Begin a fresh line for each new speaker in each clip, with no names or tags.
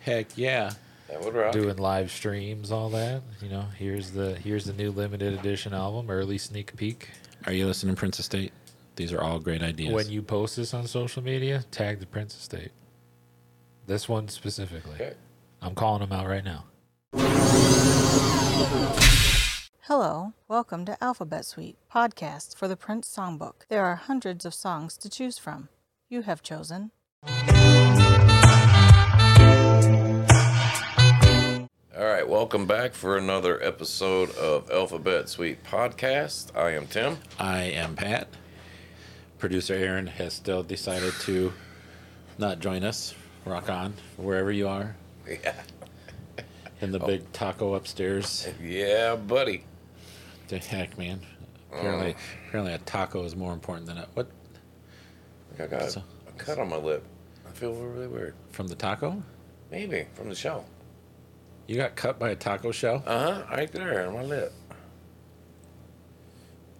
Heck yeah.
That would rock.
doing live streams, all that. You know, here's the here's the new limited edition album, early sneak peek.
Are you listening, Prince Estate? These are all great ideas.
When you post this on social media, tag the Prince Estate. This one specifically.
Okay.
I'm calling him out right now.
Hello, welcome to Alphabet Suite, podcast for the Prince Songbook. There are hundreds of songs to choose from. You have chosen
All right, welcome back for another episode of Alphabet Suite Podcast. I am Tim.
I am Pat. Producer Aaron has still decided to not join us. Rock on, wherever you are,
Yeah,
in the big taco upstairs.
yeah buddy.
The heck, man. Apparently, apparently, a taco is more important than a what
I got
So-
a cut on my lip. I feel really weird.
from the taco.
Maybe from the shell.
You got cut by a taco shell.
Uh huh. Right there on my lip.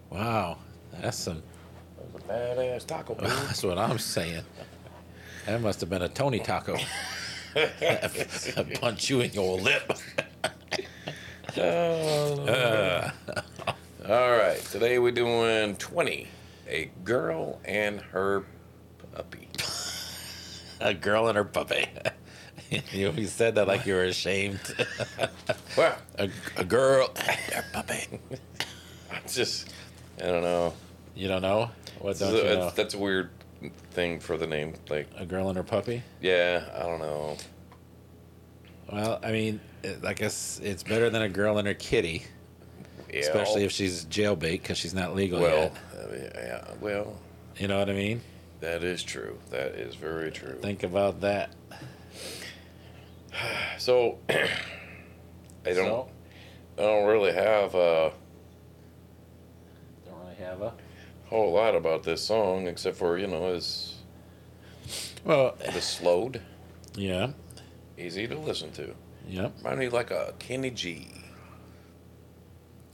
Wow, that's some.
That was a badass taco. dude.
That's what I'm saying. That must have been a Tony taco. Punch you in your lip.
Uh-huh. All right, today we're doing 20 A Girl and Her Puppy.
A girl and her puppy. you you said that like you were ashamed.
Well,
A, a girl and her puppy.
I just, I don't know.
You don't know? What
This
don't
is a-
you know?
That's a weird thing for the name. Like,
A girl and her puppy?
yeah, I don't know.
Well, I mean, it- I guess it's better than a girl and her kitty,
Yeah,
especially if she's jailbait because she's not legal
Well,
yet.
uh, yeah, well,
You know what I mean?
that is true. That is very true.
Think about that.
so, I don't,
So,
I don't really have a
don't really have a.
whole lot about this song except for you know it's
Well,
the slowed,
yeah,
easy to listen to.
yep.
Remind me like a Kenny G.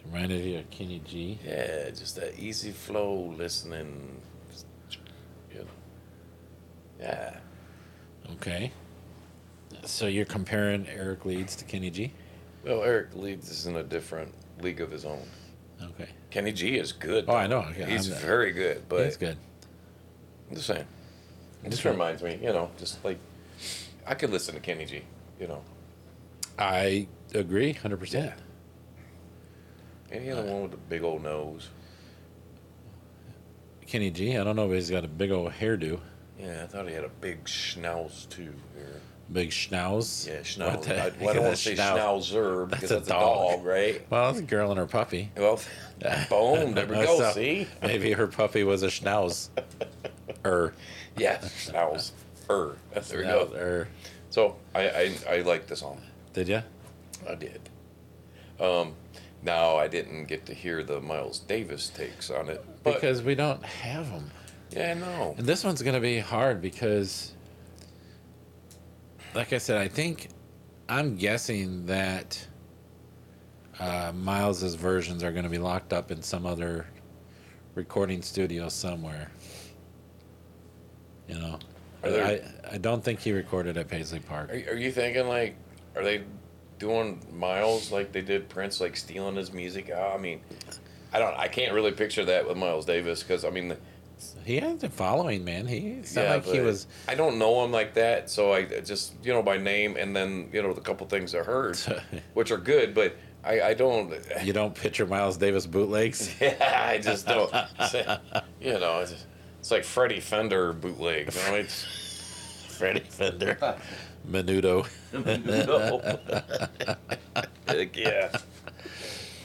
Reminded you of Kenny G.
Yeah, just that easy flow listening. You know. Yeah.
Okay. So you're comparing Eric Leeds to Kenny G?
Well, Eric Leeds is in a different league of his own.
Okay.
Kenny G is good.
Oh, I know. Yeah,
He's
I'm-
very good, but
He's good.
I'm just saying. It just reminds me, you know, just like I could listen to Kenny G, you know.
I agree, hundred percent.
Any other one with the big old nose.
Kenny G. I don't know, but he's got a big old hairdo,
Yeah, I thought he had a big schnauz too. Here.
big schnauz.
Yeah,
What
schnauz.
the
I,
heck
well, I
is
don't
a
want to say schnauzer because
a
that's, a,
dog.
dog. right?
Well, it's a girl and her puppy.
Well, boom, there we go.
So,
See?
Maybe her puppy was a schnauz. Er.
Yeah, schnauz. Er. There we go.
Er.
So I, I, I like the song.
Did you?
I did. Um, now I didn't get to hear the Miles Davis takes on it, but
Because we don't have them.
yeah, no,
And this one's going to be hard because, like I said, I think I'm guessing that uh, Miles's versions are going to be locked up in some other recording studio somewhere. You know,
Are there-
I, I don't think he recorded at Paisley Park.
Are, are you thinking like, are they doing Miles like they did Prince, like stealing his music? out? I mean, I don't, I can't really picture that with Miles Davis because I mean, the,
he had the following, man. He it's not like he
but
was.
I don't know him like that, so I just you know by name and then you know the couple things I heard, which are good, but I I don't.
You don't picture Miles Davis bootlegs.
I just don't. you know, it's, it's like Freddie Fender bootleg. You know, it's.
Freddie Fender, Menudo.
no. Like, yeah.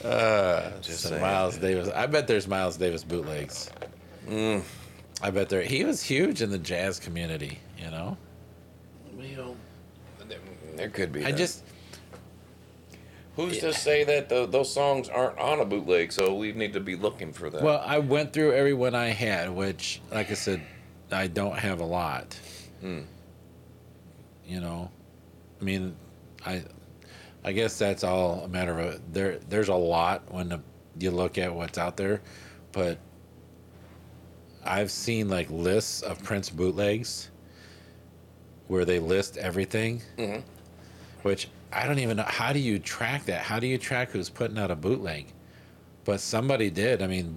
just
So
saying.
Miles Davis. I bet there's Miles Davis bootlegs.
Mm.
I bet there. He was huge in the jazz community. You know,
You know, there, there could be.
I
that.
just
who's to say that tho- those songs aren't on a bootleg? So we need to be looking for that.
well, I went through everyone I had, which, like I said, I don't have a lot. You know, I mean, I, I guess that's all a matter of there. There's a lot when the, you look at what's out there, but I've seen like lists of Prince bootlegs where they list everything. which I don't even know how do you track that? How do you track who's putting out a bootleg? But somebody did. I mean,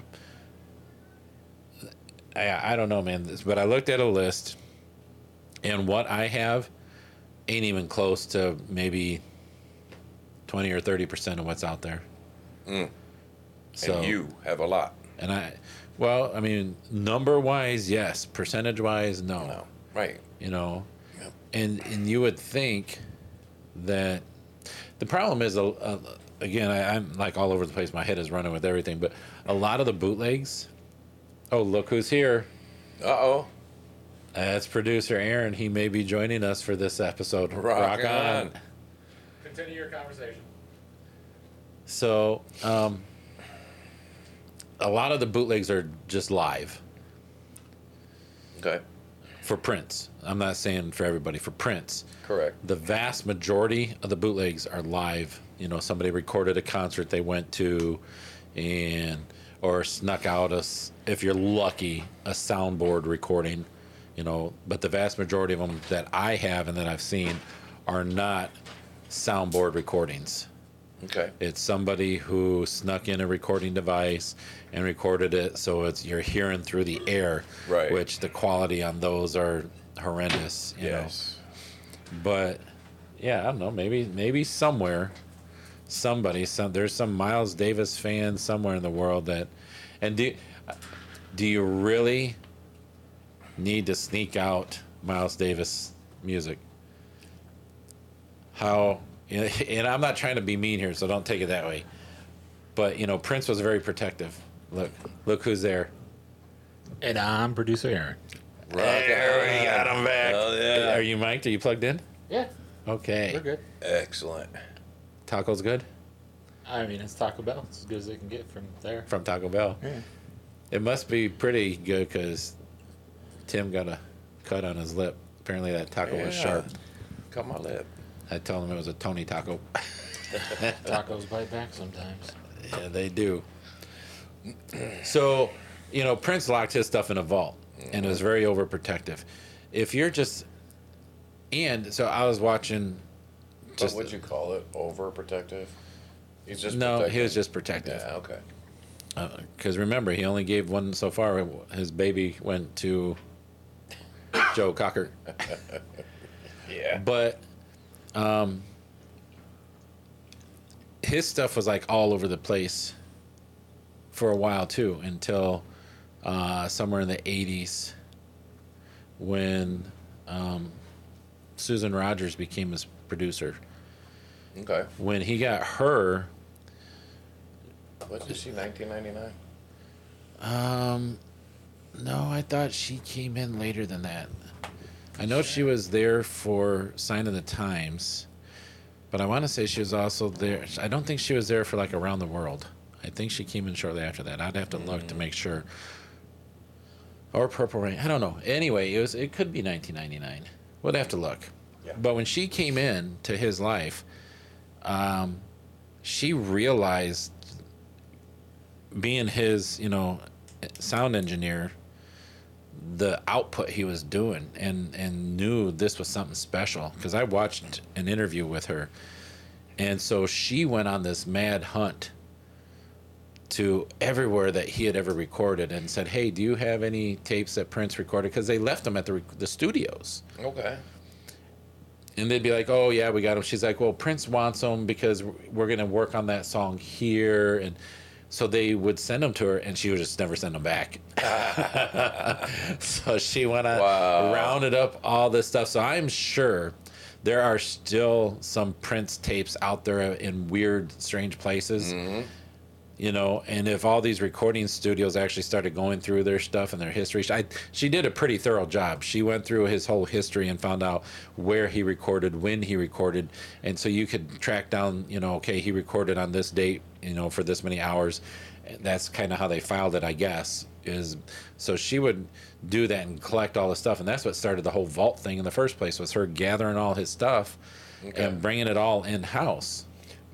I, I don't know, man. This- But I looked at a list, and what I have ain't even close to maybe twenty or thirty percent of what's out there.
and Mm. you have a lot.
And I, well, I mean, number wise, yes. Percentage wise, no.
No, right?
You know,
Yep.
and and you would think that the problem is, a, a, again, I, I'm like all over the place. My head is running with everything, but a lot of the bootlegs. Oh, look who's here!
Uh oh.
That's producer Aaron. He may be joining us for this episode.
Rock, on.
Continue your conversation.
So, um, a lot of the bootlegs are just live.
Okay,
for Prince. I'm not saying for everybody, for Prince.
correct.
The vast majority of the bootlegs are live. You know, somebody recorded a concert they went to and or snuck out a s if you're lucky, a soundboard recording, you know, but the vast majority of them that I have and that I've seen are not soundboard recordings.
Okay,
It's somebody who snuck in a recording device and recorded it, so it's you're hearing through the air,
Right.
Which the quality on those are horrendous. You
yes.
Know? But yeah, I don't know. Maybe maybe somewhere, somebody, some there's some Miles Davis fan somewhere in the world that, and do, do you really need to sneak out Miles Davis music? how and I'm not trying to be mean here, so don't take it that way. But you know, Prince was very protective. Look, look who's there.
And I'm producer Aaron.
Rock on.
him back.
Hell yeah.
Are you mic'd? Are you plugged in?
Yeah,
Okay.
we're good.
Excellent.
Taco's good
I mean, it's Taco Bell. It's as good as it can get from there.
from Taco Bell.
Yeah.
It must be pretty good because Tim got a cut on his lip. Apparently that taco was
Yeah.
sharp.
Cut my lip.
I told him it was a Tony taco.
Tacos bite back sometimes.
Yeah, they do. So, you know, Prince locked his stuff in a vault and it was very overprotective. If you're just, and so I was watching.
But
Just
would you call it overprotective? He's just
no, he was
protective.
just protective.
yeah okay.
Because remember, he only gave one so far. His baby went to Joe Cocker.
Yeah.
But um, his stuff was like all over the place for a while too, until uh, somewhere in the '80s when um, Susan Rogers became his producer.
Okay.
When he got her,
What did she? Nineteen ninety nine.
no, I thought she came in later than that. I know she was there for Sign of the Times, but I want to say she was also there. I don't think she was there for like Around the World. I think she came in shortly after that. I'd have to look to make sure. Or Purple Rain. I don't know. Anyway, it was. It could be 1999. We'd have to look.
Yeah.
But when she came in to his life, um, she realized being his you know sound engineer the output he was doing and and knew this was something special because i watched an interview with her and so she went on this mad hunt to everywhere that he had ever recorded and said hey do you have any tapes that prince recorded because they left them at the, rec- the studios
Okay.
and they'd be like, "Oh yeah, we got him." She's like, "Well, Prince wants him because we're gonna work on that song here," and so they would send them to her, and she would just never send them back. so she went on
Wow.
rounded up all this stuff. So I'm sure there are still some Prince tapes out there in weird, strange places. You know, and if all these recording studios actually started going through their stuff and their history, I, she did a pretty thorough job. She went through his whole history and found out where he recorded, when he recorded, and so you could track down. You know, okay, he recorded on this date. You know, for this many hours. And That's kind of how they filed it, I guess. Is so she would do that and collect all the stuff, and that's what started the whole vault thing in the first place. Was her gathering all his stuff and bringing it all in house.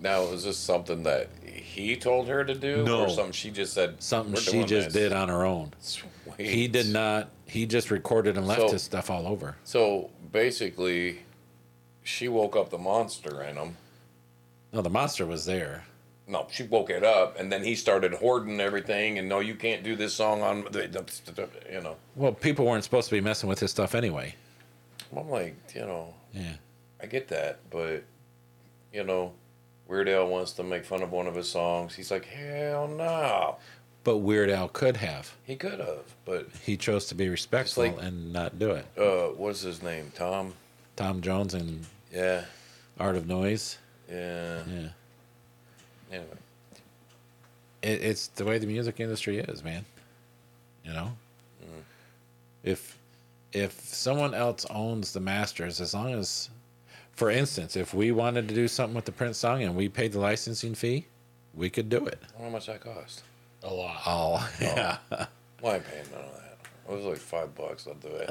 Now was this something that he told her to do,
No.
or something she just said?
Something
"We're
she
doing
just
this"?
did on her own.
Sweet.
He did not. He just recorded and left
So-
his stuff all over.
So basically, she woke up the monster in him.
No, the monster was there.
No, she woke it up, and then he started hoarding everything. And no, you can't do this song on the, you know.
Well, people weren't supposed to be messing with his stuff anyway.
I'm like, you know,
Yeah.
I get that, but you know, Weird Al wants to make fun of one of his songs. He's like, hell no,
But Weird Al could have.
he could have. But
He chose to be respectful
like-
and not do it.
uh, what's his name? Tom.
Tom Jones and
Yeah,
Art of Noise.
yeah.
Yeah.
Anyway,
it, it's the way the music industry is, man. You know,
Mm.
if if someone else owns the masters, as long as, for instance, if we wanted to do something with the Prince song and we paid the licensing fee, we could do it.
I wonder how much that cost.
A lot.
Oh, yeah,
Well, I ain't paying none of that. It was like five bucks. I'll do it.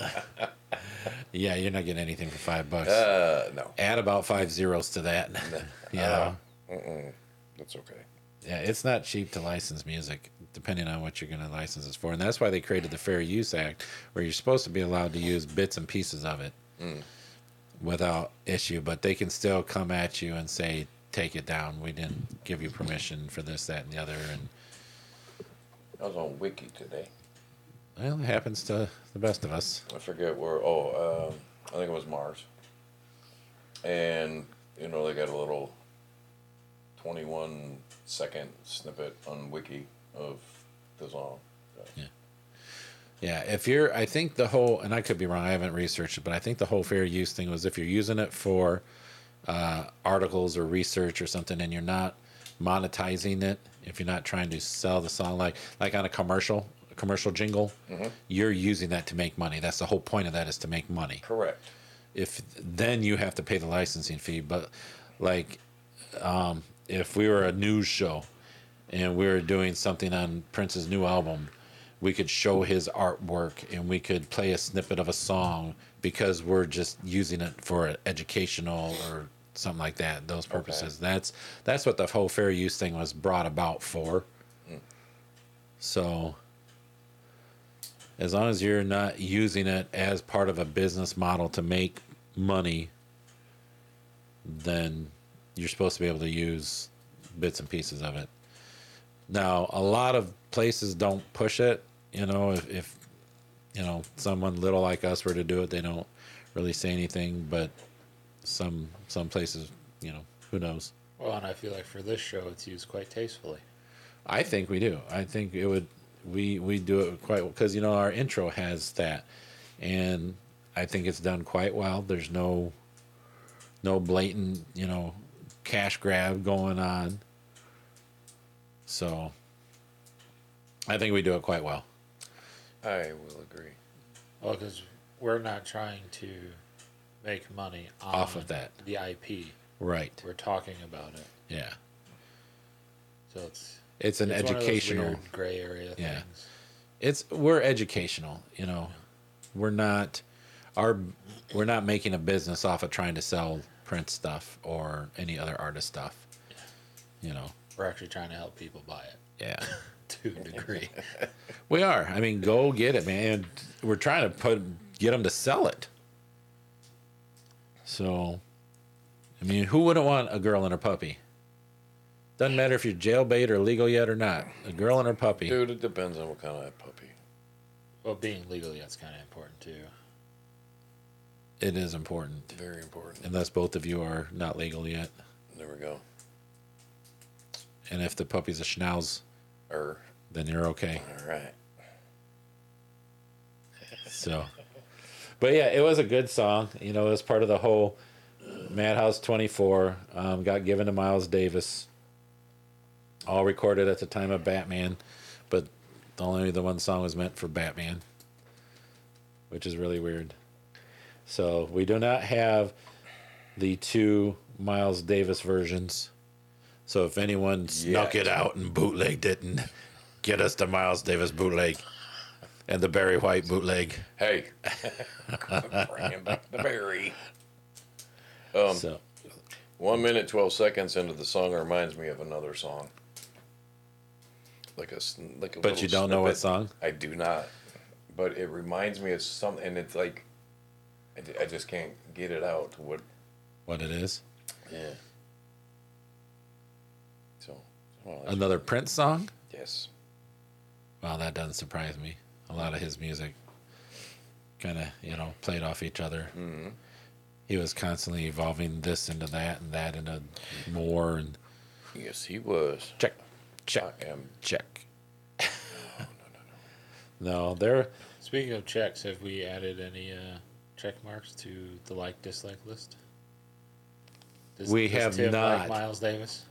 yeah. You're not getting anything for five bucks.
Uh, no,
Add about five zeros to that.
Uh-huh.
yeah,
that's okay.
yeah. It's not cheap to license music, depending on what you're going to license it for, and that's why they created the Fair Use Act, where you're supposed to be allowed to use bits and pieces of it.
Mm.
without issue, but they can still come at you and say, "Take it down. We didn't give you permission for this, that, and the other." And
I was on Wiki today.
well, it happens to the best of us.
I forget where. Oh, um, I think it was Mars. And you know they got a little twenty-one second snippet on Wiki of the song.
Yeah, if you're, I think the whole, and I could be wrong. I haven't researched it, but I think the whole fair use thing was if you're using it for uh, articles or research or something, and you're not monetizing it, if you're not trying to sell the song, like like on a commercial, a commercial jingle, you're using that to make money. That's the whole point of that is to make money.
Correct.
if then you have to pay the licensing fee but like um if we were a news show and we were doing something on prince's new album we could show his artwork and we could play a snippet of a song because we're just using it for educational or something like that those purposes that's that's what the whole fair use thing was brought about for so as long as you're not using it as part of a business model to make money, then you're supposed to be able to use bits and pieces of it. Now, a lot of places don't push it. You know, if, if you know someone little like us were to do it, they don't really say anything. But some some places, you know, who knows?
Well, and I feel like for this show, it's used quite tastefully.
I think we do. I think it would. We we do it quite because you know our intro has that, and I think it's done quite well. There's no, no blatant you know, cash grab going on. So. I think we do it quite well.
I will agree.
Well, because we're not trying to make money on
Off of that.
the IP.
Right.
We're talking about it,
Yeah.
so it's
It's an
it's one of those
educational.
weird gray area
Yeah.
things.
it's we're educational you know we're not our we're not making a business off of trying to sell print stuff or any other artist stuff you know
We're actually trying to help people buy it
yeah
to a degree.
we are i mean go get it man we're trying to put get them to sell it so i mean who wouldn't want a girl and her puppy doesn't matter if you're jailbait or legal yet or not a girl and her puppy
Dude, it depends on what kind of puppy.
well, being legal that's kind of important too.
it is important
Very important.
unless both of you are not legal yet
There we go.
And if the puppy's a schnauz,
Er.
then you're okay.
All right.
So, but yeah, it was a good song. You know, it was part of the whole Madhouse 24. Um, got given to Miles Davis. All recorded at the time of Batman, but only the one song was meant for Batman, which is really weird. So we do not have the two Miles Davis versions. So if anyone snuck it out and bootlegged it and get us the Miles Davis bootleg and the Barry White bootleg.
Hey. Bringing back the berry. Um,
So
One minute, 12 seconds into the song reminds me of another song. Like a, sn- like a
But
little
you don't know what song?
snippet. I do not. But it reminds me of something, and it's like, I, d- I just can't get it out to what
what it is.
Yeah. So, well, that's-
Another Prince song?
yes.
Well, that doesn't surprise me. A lot of his music kind of, you know, played off each other.
hmm
He was constantly evolving this into that and that into more and
Yes, he was.
check,
I
check,
am.
check. No, there.
Speaking of checks, have we added any uh, check marks to the like dislike list? Does,
We have
Tim
not.
Like Miles Davis.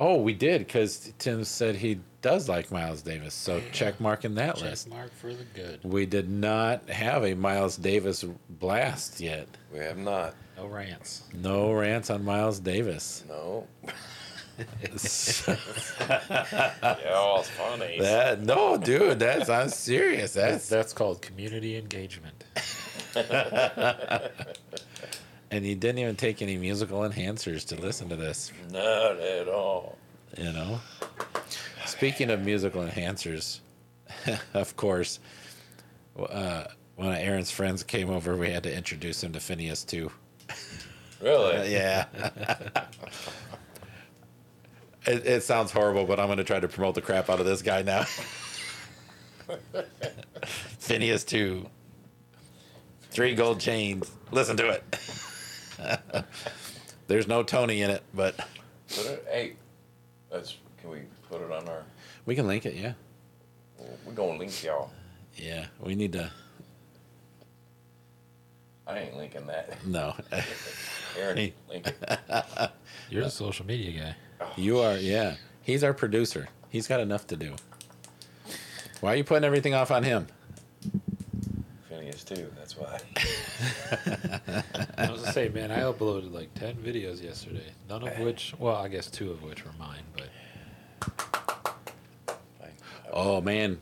Oh, we did because Tim said he does like Miles Davis. So check mark in that
Check
list.
mark for the good.
We did not have a Miles Davis blast yet.
We have not.
No rants.
No rants on Miles Davis.
No.
So-
Yeah, it's funny.
that no, dude, that's I'm serious. That's
That's called community engagement.
and you didn't even take any musical enhancers to listen to this.
Not at all.
You know. Speaking of musical enhancers, of course, uh, one of Aaron's friends came over. We had to introduce him to Phineas too.
Really?
Yeah. it, it sounds horrible, but I'm going to try to promote the crap out of this guy now. Phineas 2. Three gold chains. Listen to it. There's no Tony in it, but
Put it, hey, that's, can we put it on our?
we can link it, yeah.
We're gonna link y'all.
Yeah, we need to.
I ain't linking that.
No.
Aaron,
Hey.
link it.
You're the social media guy.
You are, yeah. He's our producer. He's got enough to do. Why are you putting everything off on him?
Phineas too. That's why.
I was gonna say, man, I uploaded like ten videos yesterday. None of which, well, I guess two of which were mine. But
Fine.
Oh man.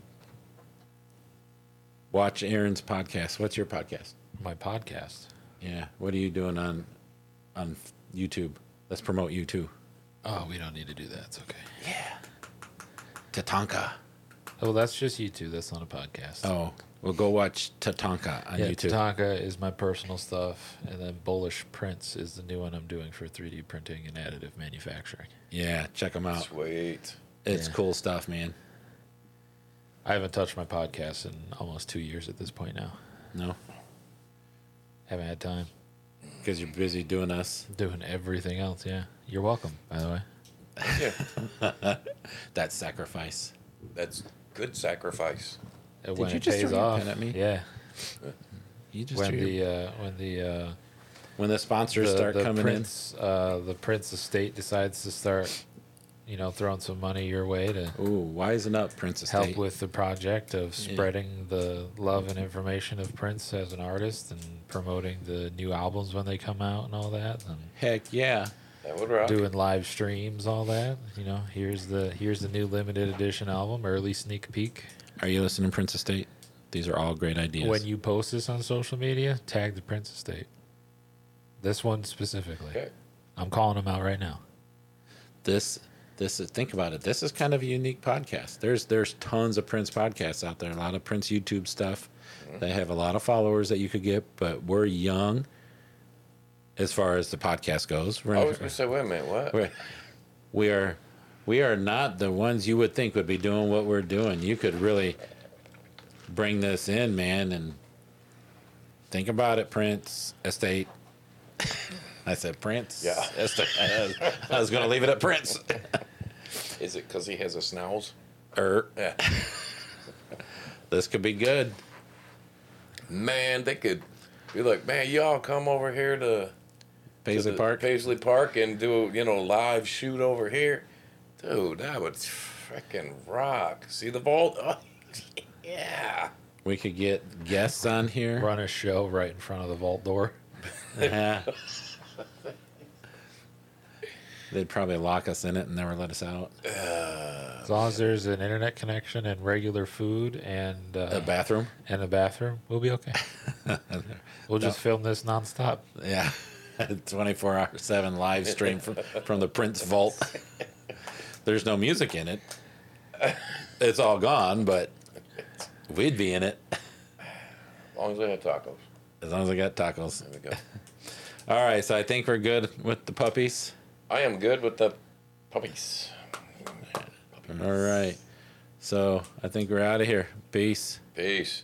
Watch Aaron's podcast. What's your podcast?
my podcast.
Yeah. What are you doing on on YouTube? Let's promote you too.
Oh, we don't need to do that. It's okay.
Tatanka.
Oh, that's just YouTube. That's not a podcast.
Oh. Well go watch Tatanka on
yeah,
YouTube.
Tatanka is my personal stuff, and then Bullish Prints is the new one I'm doing for 3D printing and additive manufacturing.
yeah, check them out.
Sweet.
It's cool stuff, man.
I haven't touched my podcast in almost two years at this point now.
No?
Haven't had time
Because you're busy doing us.
doing everything else. Yeah, you're welcome. By the way,
Yeah,
That sacrifice.
that's good sacrifice.
Uh, when
you
it
just
pays
throw your
off,
pen at me?
yeah.
You just
When
threw your-
the uh, when the uh,
when the sponsors start coming
prince, Uh, the prince estate decides to start, you know, throwing some money your way to
in. Ooh, wisen up, Princess.
help
Tate.
with the project of spreading the love and information of Prince as an artist and promoting the new albums when they come out and all that and
Heck yeah.
That would rock.
doing live streams, all that. You know, here's the here's the new limited edition album, early sneak peek.
Are you listening, Princess State? These are all great ideas.
When you post this on social media, tag the Prince Estate. This one specifically.
Okay.
I'm calling him out right now.
this this is think about it this is kind of a unique podcast there's there's tons of prince podcasts out there a lot of prince youtube stuff they have a lot of followers that you could get but we're young as far as the podcast goes we're,
I was gonna say, wait a minute, what?
we're we are we are not the ones you would think would be doing what we're doing you could really bring this in man and think about it prince estate i said prince
Yeah.
estate. i was gonna leave it at prince
Is it because he has a snouse?
Er,
Yeah.
this could be good.
Man, they could be like, man, y'all come over here to to
Paisley
the
Park.
Paisley Park, and do a, you know live shoot over here, dude. That would freaking rock. See the vault? Oh, yeah.
We could get guests on here.
Run a show right in front of the vault door.
Uh-huh. They'd probably lock us in it and never let us out. Oh,
As long as there's an internet connection and regular food and uh,
A bathroom.
and the bathroom, we'll be okay. we'll just film this nonstop.
Uh, Yeah. 24 hour 7 live stream from, from the Prince Vault. There's no music in it. It's all gone, but we'd be in it
As long as they have tacos.
as long as I got tacos.
There we go.
All right, so I think we're good with the puppies.
I am good with the puppies. Puppies.
All right. So I think we're out of here. Peace.
Peace.